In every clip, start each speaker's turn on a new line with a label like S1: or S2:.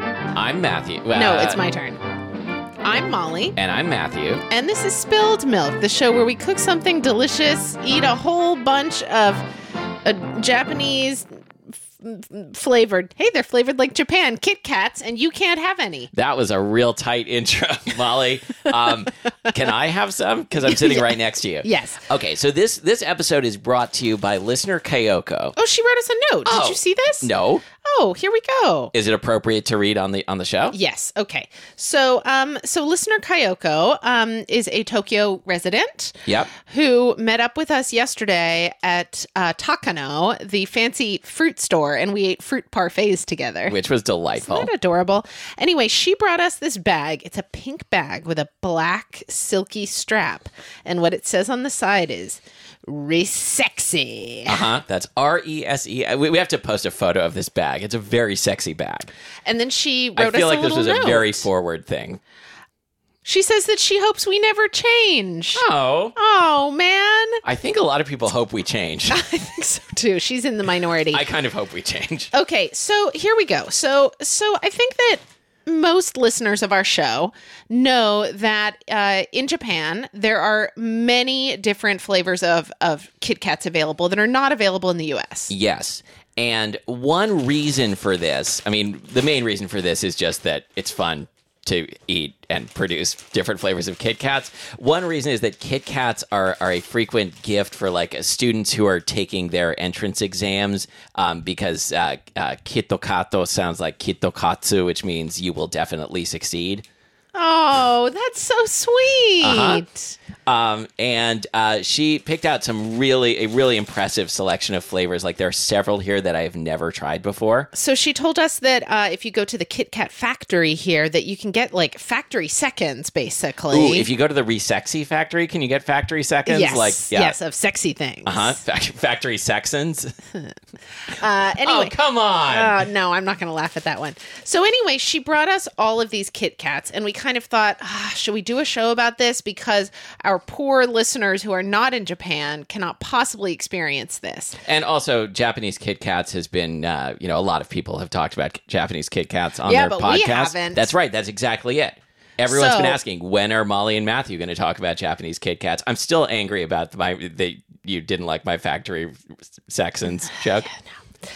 S1: I'm Matthew.
S2: No,
S1: uh,
S2: it's my turn. I'm Molly,
S1: And I'm Matthew.
S2: and this is Spilled Milk, the show where we cook something delicious, eat a whole bunch of uh, Japanese f- f- flavored. Hey, they're flavored like Japan Kit Kats, and you can't have any.
S1: That was a real tight intro, Molly. Um, can I have some? Because I'm sitting right next to you.
S2: Yes.
S1: Okay, so this this episode is brought to you by listener Kayoko.
S2: Oh, she wrote us a note.
S1: Oh.
S2: Did you see this?
S1: No,
S2: Oh, here we go.
S1: is it appropriate to read on the on the show?
S2: Yes. Okay. So, um, so listener Kayoko, um, is a Tokyo resident.
S1: Yep.
S2: Who met up with us yesterday at uh, Takano, the fancy fruit store, and we ate fruit parfaits together.
S1: Which was delightful.
S2: Isn't that adorable? Anyway, she brought us this bag. It's a pink bag with a black silky strap, and what it says on the side is "resexy."
S1: Uh huh. That's R E S E. We we have to post a photo of this bag. It's a very sexy bag.
S2: And then she
S1: I
S2: wrote
S1: feel
S2: us
S1: like
S2: a
S1: this
S2: little
S1: was
S2: note.
S1: a very forward thing.
S2: She says that she hopes we never change.
S1: Oh,
S2: Oh man.
S1: I think a lot of people hope we change.
S2: I think so too. She's in the minority.
S1: I kind of hope we change.
S2: okay, so here we go. So so I think that most listeners of our show know that uh, in Japan there are many different flavors of of Kit Kats available that are not available in the U.S.
S1: Yes. And one reason for this, I mean, the main reason for this is just that it's fun to eat and produce different flavors of Kit Kats. One reason is that Kit Kats are, are a frequent gift for like uh, students who are taking their entrance exams um, because uh, uh, Kitokato sounds like Kitokatsu, which means you will definitely succeed.
S2: Oh, that's so sweet.
S1: Um, and uh, she picked out some really, a really impressive selection of flavors. Like there are several here that I have never tried before.
S2: So she told us that uh, if you go to the Kit Kat factory here, that you can get like factory seconds, basically.
S1: Ooh, if you go to the Resexy factory, can you get factory seconds?
S2: yes,
S1: Like, yeah. Uh-huh.
S2: yes, of sexy things.
S1: Huh? Fac- Factory sexons?
S2: Uh, anyway,
S1: Oh, come on.
S2: Uh, no, I'm not going to laugh at that one. So anyway, she brought us all of these Kit Kats, and we kind of thought, ah, should we do a show about this because our poor listeners who are not in Japan cannot possibly experience this.
S1: and also, Japanese Kit Kats has been, uh, you know, a lot of people have talked about Japanese Kit Kats on
S2: Yeah,
S1: their
S2: but
S1: podcast.
S2: we haven't.
S1: That's right. That's exactly it. Everyone's
S2: So-
S1: been asking, when are Molly and Matthew going to talk about Japanese Kit Kats? I'm still angry about my they you didn't like my factory sexons joke.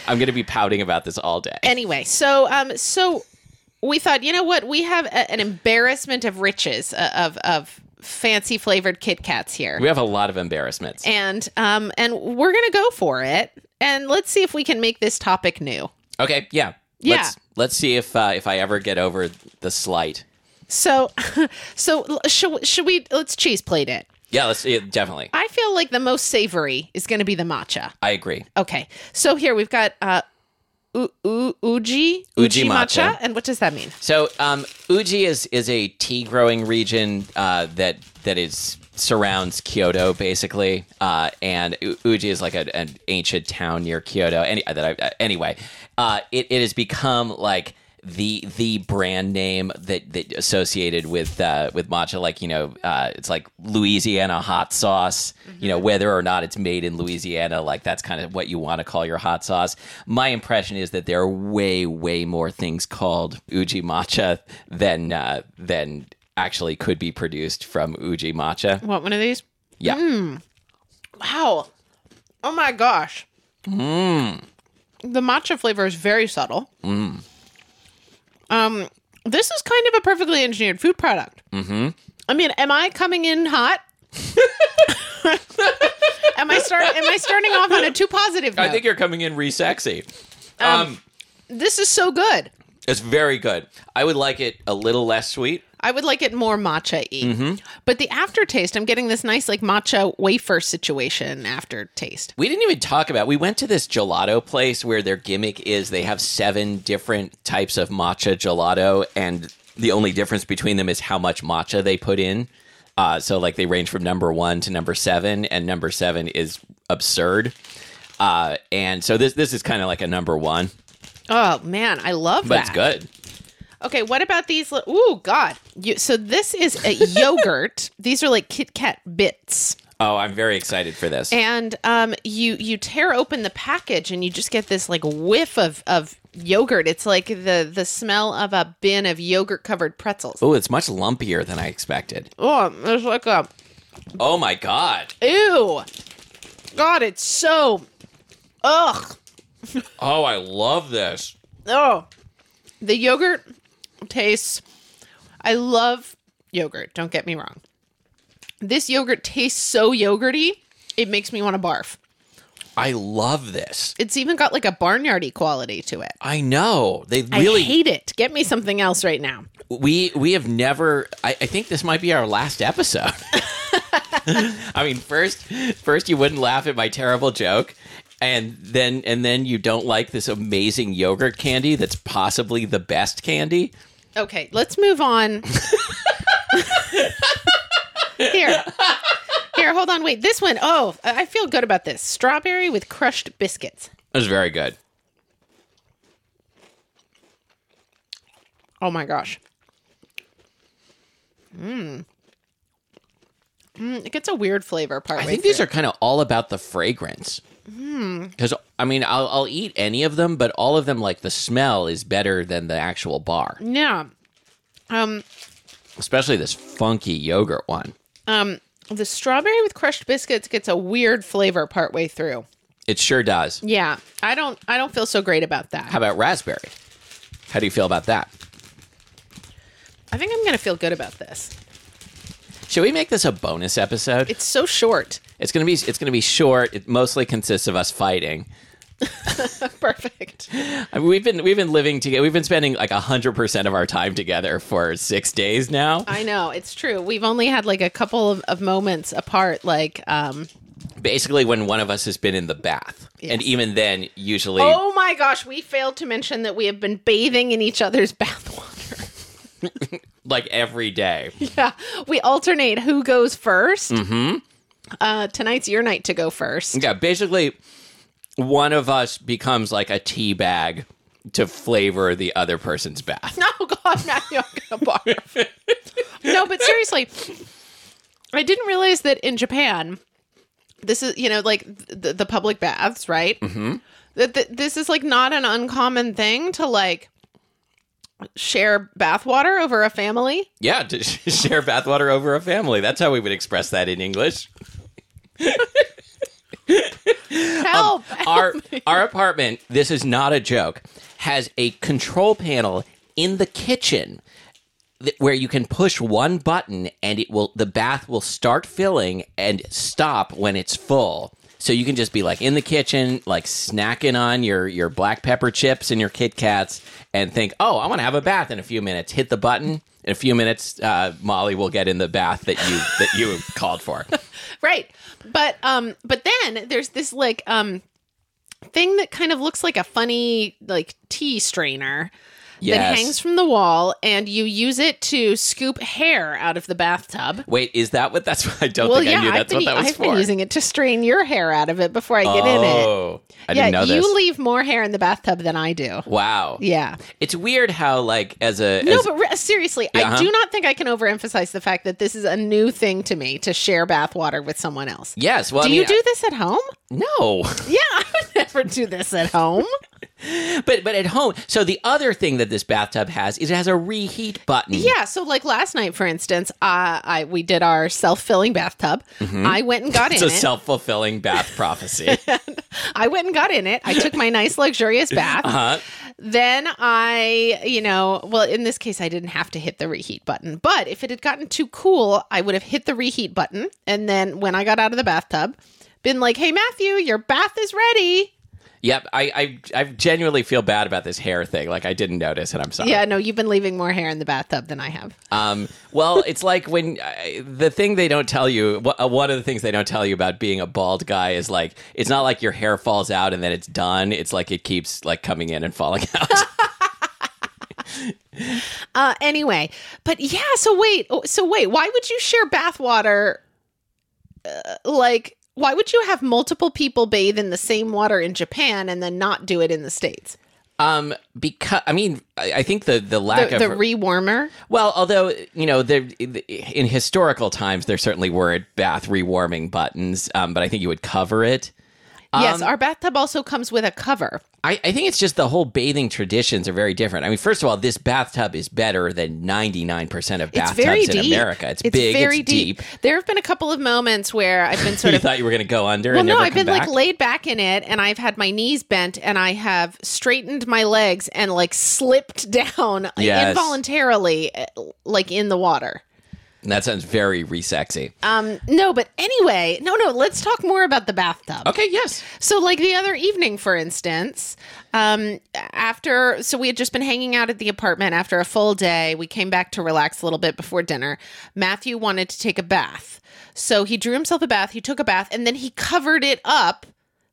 S1: I'm going to be pouting about this all day.
S2: Anyway, so um, so we thought, you know what, we have a, an embarrassment of riches uh, of of fancy flavored Kit Kats here.
S1: we have a lot of embarrassments.
S2: and um and we're gonna go for it and let's see if we can make this topic new
S1: Okay, yeah.
S2: Yeah.
S1: Let's, let's see if uh, if I ever get over the slight.
S2: so so l- should, should we let's cheese plate it
S1: Yeah, let's yeah, definitely.
S2: i feel like the most savory is gonna be the matcha
S1: I agree.
S2: okay so here we've got uh u- u- uji
S1: Uji matcha.
S2: and what does that mean
S1: So, um, Uji is is a tea growing region uh, that that is surrounds Kyoto basically, uh, and U- Uji is like a, an ancient town near Kyoto. Any, that I, uh, anyway, uh, it it has become like the the brand name that that associated with uh, with matcha, like you know, uh, it's like Louisiana hot sauce. You know, whether or not it's made in Louisiana, like that's kind of what you want to call your hot sauce. My impression is that there are way way more things called uji matcha than uh, than actually could be produced from uji matcha.
S2: what one of these
S1: Yeah,
S2: wow oh my gosh
S1: Mmm.
S2: mm. the matcha flavor is very subtle mm. um this is kind of a perfectly engineered food product mm-hmm i mean am i coming in hot am i start am i starting off on a too positive note
S1: I think you're coming in re sexy. um,
S2: this is so good
S1: it's very good. I would like it a little less sweet.
S2: I would like it more matcha y.
S1: Mm-hmm.
S2: But the aftertaste, I'm getting this nice, like, matcha wafer situation aftertaste.
S1: We didn't even talk about. We went to this gelato place where their gimmick is they have seven different types of matcha gelato, and the only difference between them is how much matcha they put in. Uh, so like they range from number one to number seven, and number seven is absurd. Uh, and so this this is kind of like a number one,
S2: Oh, man. I love
S1: but
S2: that.
S1: it's good.
S2: Okay, what about these? Li- Ooh, God! You, so this is a yogurt. these are like Kit Kat bits.
S1: Oh, I'm very excited for this.
S2: and um, you you tear open the package and you just get this like whiff of of yogurt. It's like the the smell of a bin of yogurt covered pretzels.
S1: oh, it's much lumpier than I expected.
S2: Oh, it's like a
S1: Oh my god.
S2: ew. God, it's so ugh.
S1: Oh, I love this.
S2: Oh, the yogurt tastes. I love yogurt. Don't get me wrong. This yogurt tastes so yogurty. It makes me want to barf.
S1: I love this.
S2: It's even got like a barnyardy quality to it.
S1: I know. They really
S2: I hate it. Get me something else right now.
S1: we we have never I, I think this might be our last episode i mean first first you wouldn't laugh at my terrible joke and then and then you don't like this amazing yogurt candy that's possibly the best candy
S2: Okay, let's move on. Here. Here, hold on. Wait, this one. Oh, I I feel good about this. Strawberry with crushed biscuits.
S1: it was very good
S2: Oh my gosh. Mmm. Mm, it gets a weird flavor part.
S1: i think these are kind of all about the fragrance because i mean I'll, I'll eat any of them but all of them like the smell is better than the actual bar
S2: Yeah. Um,
S1: especially this funky yogurt one
S2: um, the strawberry with crushed biscuits gets a weird flavor partway through.
S1: it sure does
S2: Yeah, I don't, I don't feel so great about that.
S1: how about raspberry how do you feel about that
S2: I think I'm gonna feel good about this.
S1: Should we make this a bonus episode?
S2: It's so short.
S1: It's gonna be it's gonna be short. It mostly consists of us fighting.
S2: Perfect.
S1: I mean, we've been we've been living together. We've been spending like hundred percent of our time together for six days now.
S2: I know it's true. We've only had like a couple of, of moments apart. Like, um,
S1: Basically, when one of us has been in the bath, and even then, usually
S2: oh my gosh, we failed to mention that we have been bathing in each other's bathwater.
S1: like every day.
S2: Yeah, we alternate who goes 1st Mm-hmm. Uh, tonight's your night to go first.
S1: yeah, basically, one of us becomes like a tea bag to flavor the other person's bath.
S2: Oh God, now I'm gonna barf. no, but seriously, I didn't realize that in Japan, this is you know like the, the public baths, right? Mm-hmm. That that this is like not an uncommon thing to like share bathwater over a family.
S1: Yeah, to share bathwater over a family. That's how we would express that in English.
S2: Help!
S1: our our apartment this is not a joke has a control panel in the kitchen th- where you can push one button and it will the bath will start filling and stop when it's full so you can just be like in the kitchen like snacking on your your black pepper chips and your kit kats and think oh i want to have a bath in a few minutes hit the button in a few minutes uh, molly will get in the bath that you that you called for
S2: right but um but then there's this like um thing that kind of looks like a funny like tea strainer that
S1: Yes.
S2: hangs from the wall and you use it to scoop hair out of the bathtub
S1: wait is that what that's what i don't
S2: well
S1: think
S2: yeah
S1: i knew
S2: i've,
S1: that's
S2: been, e-
S1: what that was
S2: I've
S1: for
S2: been using it to strain your hair out of it before i get in it
S1: Oh, I
S2: yeah
S1: didn't know
S2: you
S1: this.
S2: leave more hair in the bathtub than i do
S1: wow.
S2: yeah
S1: It's weird how like as a
S2: no,
S1: as-
S2: but re- seriously, I
S1: Uh-huh.
S2: do not think I can overemphasize the fact that this is a new thing to me to share bathwater with someone else.
S1: yes. Well,
S2: do
S1: I mean,
S2: you do this at home?
S1: no?
S2: Yeah, I would never do this at home.
S1: but but at home. So the other thing that this bathtub has is it has a reheat button.
S2: Yeah, so like last night, for instance, uh, I we did our self filling bathtub. I went and got in
S1: It's a
S2: it.
S1: self fulfilling bath prophecy.
S2: I went and got in it. I took my nice luxurious bath.
S1: Uh-huh.
S2: Then I, you know, well, in this case, I didn't have to hit the reheat button. But if it had gotten too cool, I would have hit the reheat button. And then when I got out of the bathtub, been like, "Hey, Matthew, your bath is ready."
S1: Yep. I, I I genuinely feel bad about this hair thing. Like I didn't notice, and I'm sorry.
S2: Yeah, no, you've been leaving more hair in the bathtub than I have.
S1: Um, well, it's like when uh, the thing they don't tell you, wh- uh, one of the things they don't tell you about being a bald guy is like, it's not like your hair falls out and then it's done. It's like it keeps like coming in and falling out.
S2: Uh, anyway, but yeah. So wait. oh, So wait. Why would you share bathwater? Uh, like, why would you have multiple people bathe in the same water in Japan and then not do it in the states?
S1: Um, because I mean, I, I think the the
S2: The,
S1: lack of
S2: the rewarmer.
S1: well, although you know, there in historical times there certainly were bath rewarming buttons, um, but I think you would cover it. Um,
S2: yes, our bathtub also comes with a cover.
S1: I, I think it's just the whole bathing traditions are very different. I mean, first of all, this bathtub is better than 99% of
S2: It's
S1: bathtubs
S2: very
S1: in
S2: deep.
S1: America. It's, big,
S2: very
S1: it's deep.
S2: There have been a couple of moments where I've been sort
S1: You
S2: of
S1: thought you were going to go under
S2: Well,
S1: and
S2: no,
S1: never
S2: I've
S1: come
S2: been
S1: back?
S2: like laid back in it, and I've had my knees bent, and I have straightened my legs and like slipped down
S1: Yes.
S2: involuntarily, eh, like in the water.
S1: that sounds very re-sexy.
S2: Um, no, but anyway, no, no. Let's talk more about the bathtub.
S1: okay, yes.
S2: So, like the other evening, for instance, um, after, so we had just been hanging out at the apartment after a full day. We came back to relax a little bit before dinner. Matthew wanted to take a bath. So he drew himself a bath, he took a bath, and then he covered it up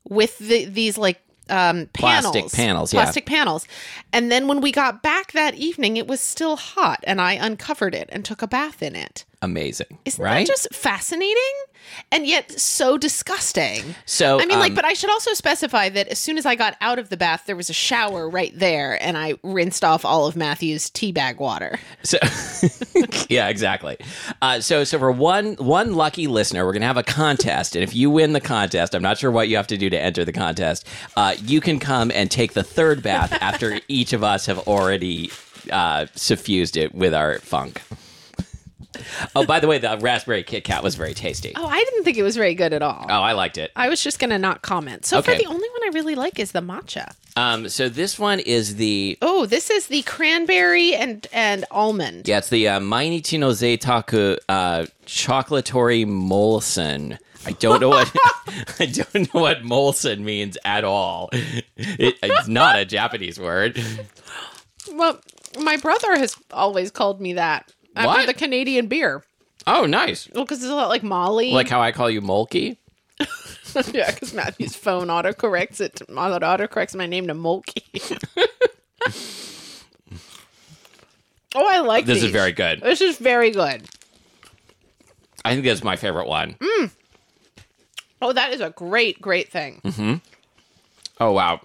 S2: with the, these like, um, panels,
S1: Plastic panels, yeah.
S2: plastic panels, and then when we got back that evening, it was still hot, and I uncovered it and took a bath in it.
S1: Amazing.
S2: Isn't
S1: right?
S2: that just fascinating, and yet so disgusting?
S1: so,
S2: I mean, like,
S1: um,
S2: but I should also specify that as soon as I got out of the bath, there was a shower right there, and I rinsed off all of Matthew's teabag water.
S1: So, yeah, exactly. Uh, so, so for one one lucky listener, we're gonna have a contest, and if you win the contest, I'm not sure what you have to do to enter the contest. Uh, you can come and take the third bath after each of us have already uh, suffused it with our funk. Oh, by the way, the raspberry Kit Kat was very tasty.
S2: Oh, I didn't think it was very good at all.
S1: Oh, I liked it.
S2: I was just going to not comment. So far,
S1: Okay.
S2: the only one I really like is the matcha.
S1: Um, so this one is the
S2: Oh, this is the cranberry and and almond.
S1: yeah, it's the uh, Mainichi no Zeitaku uh, chocolatory Molson. I don't know what I don't know what Molson means at all. It, it's not a Japanese word.
S2: Well, my brother has always called me that after
S1: What?
S2: the Canadian beer.
S1: Oh, nice.
S2: Well, because it's a lot like Molly.
S1: Like how I call you Molky.
S2: yeah, because Matthew's phone autocorrects it. To, autocorrects my name to Mulkey. oh, I like
S1: This is
S2: these.
S1: very good.
S2: This is very good.
S1: I think that's my favorite one.
S2: Oh, that is a great, great thing.
S1: Mm-hmm. Oh wow.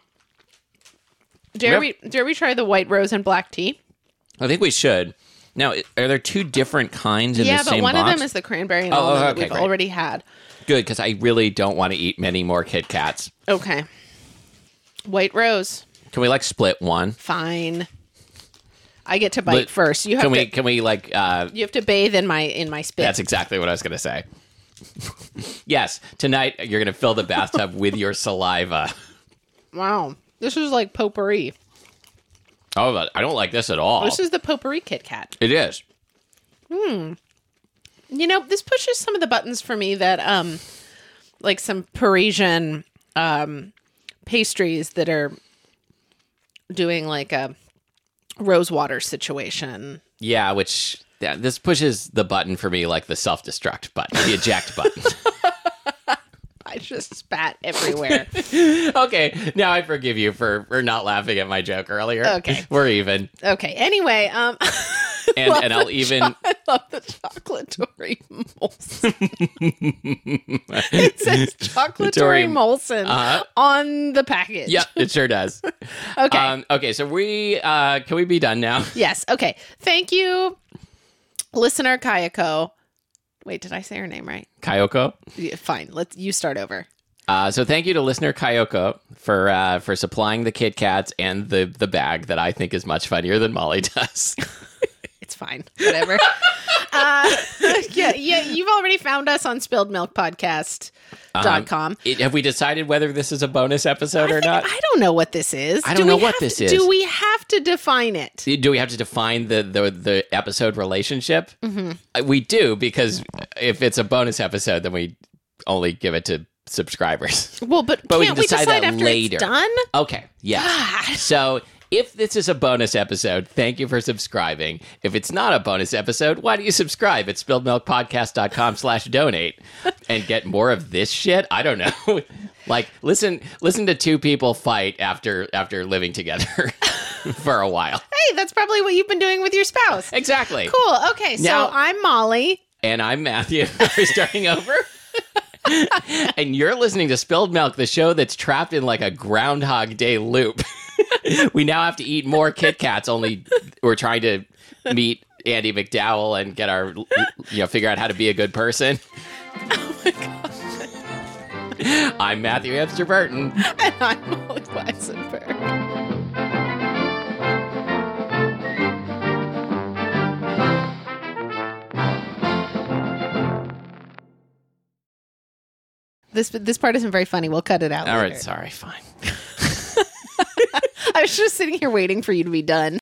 S2: Dare
S1: Yep.
S2: we? Dare we try the white rose and black tea?
S1: I think we should. Now, i- are there two different kinds in
S2: yeah,
S1: the
S2: but
S1: same
S2: one
S1: box?
S2: of them is the cranberry and
S1: Oh,
S2: almond that
S1: okay,
S2: we've
S1: great.
S2: already had.
S1: Good because I really don't want to eat many more Kit Kats.
S2: Okay, white rose,
S1: Can we like split one?
S2: fine. I get to bite
S1: But
S2: first. You have
S1: Can we?
S2: to.
S1: Can we like? Uh,
S2: You have to bathe in my in my spit.
S1: That's exactly what I was going to say. yes, tonight you're going to fill the bathtub with your saliva.
S2: wow, this is like potpourri.
S1: Oh, but I don't like this at all.
S2: This is the potpourri Kit Kat.
S1: it is.
S2: You know, this pushes some of the buttons for me that um like some Parisian um pastries that are doing like a rose water situation.
S1: Yeah, which yeah, this pushes the button for me like the self destruct button, the eject button.
S2: I just spat everywhere.
S1: okay, now I forgive you for, for not laughing at my joke earlier.
S2: Okay.
S1: We're even.
S2: okay. Anyway, um
S1: And, and I'll even.
S2: I love the chocolatory Molson. it says chocolatory
S1: Tory-
S2: Molson on the package.
S1: Yep, it sure does.
S2: Okay.
S1: Um, okay, so we uh, can we be done now?
S2: Yes. Okay. Thank you, listener Kayako. Wait, did I say her name right?
S1: Kayoko?
S2: Yeah, fine. Let's you start over.
S1: Uh, so thank you to listener Kayoko for uh, for supplying the Kit Kats and the the bag that I think is much funnier than Molly does.
S2: It's fine. Whatever. uh, yeah, yeah. You've already found us on spilledmilkpodcast.com. com.
S1: It- have we decided whether this is a bonus episode or Um, not?
S2: I don't know what this is.
S1: I don't
S2: Do we
S1: know what
S2: have
S1: this
S2: to-
S1: is.
S2: Do we have to define it?
S1: Do we have to define the the, the episode relationship? Mm-hmm. We do because if it's a bonus episode, then we only give it to subscribers.
S2: Well, but,
S1: But we
S2: can't
S1: can
S2: we
S1: decide
S2: decide,
S1: that
S2: after
S1: later.
S2: it's done?
S1: Okay, yes.
S2: God.
S1: So if this is a bonus episode, thank you for subscribing. If it's not a bonus episode, why don't you subscribe at spilledmilkpodcast.com slash donate and get more of this shit? I don't know. like listen listen to two people fight after after living together for a while.
S2: Hey, that's probably what you've been doing with your spouse.
S1: Exactly.
S2: Cool. Okay.
S1: Now-
S2: so I'm Molly.
S1: And I'm Matthew. We're starting over. and you're listening to Spilled Milk, the show that's trapped in like a Groundhog Day loop. we now have to eat more Kit Kats. Only we're trying to meet Andy McDowell and get our, you know, figure out how to be a good person. I'm Matthew Amster Burton.
S2: and I'm Molly Weisenberg. This, this part isn't very funny. We'll cut it out.
S1: All
S2: later.
S1: right, sorry, fine.
S2: I was just sitting here waiting for you to be done.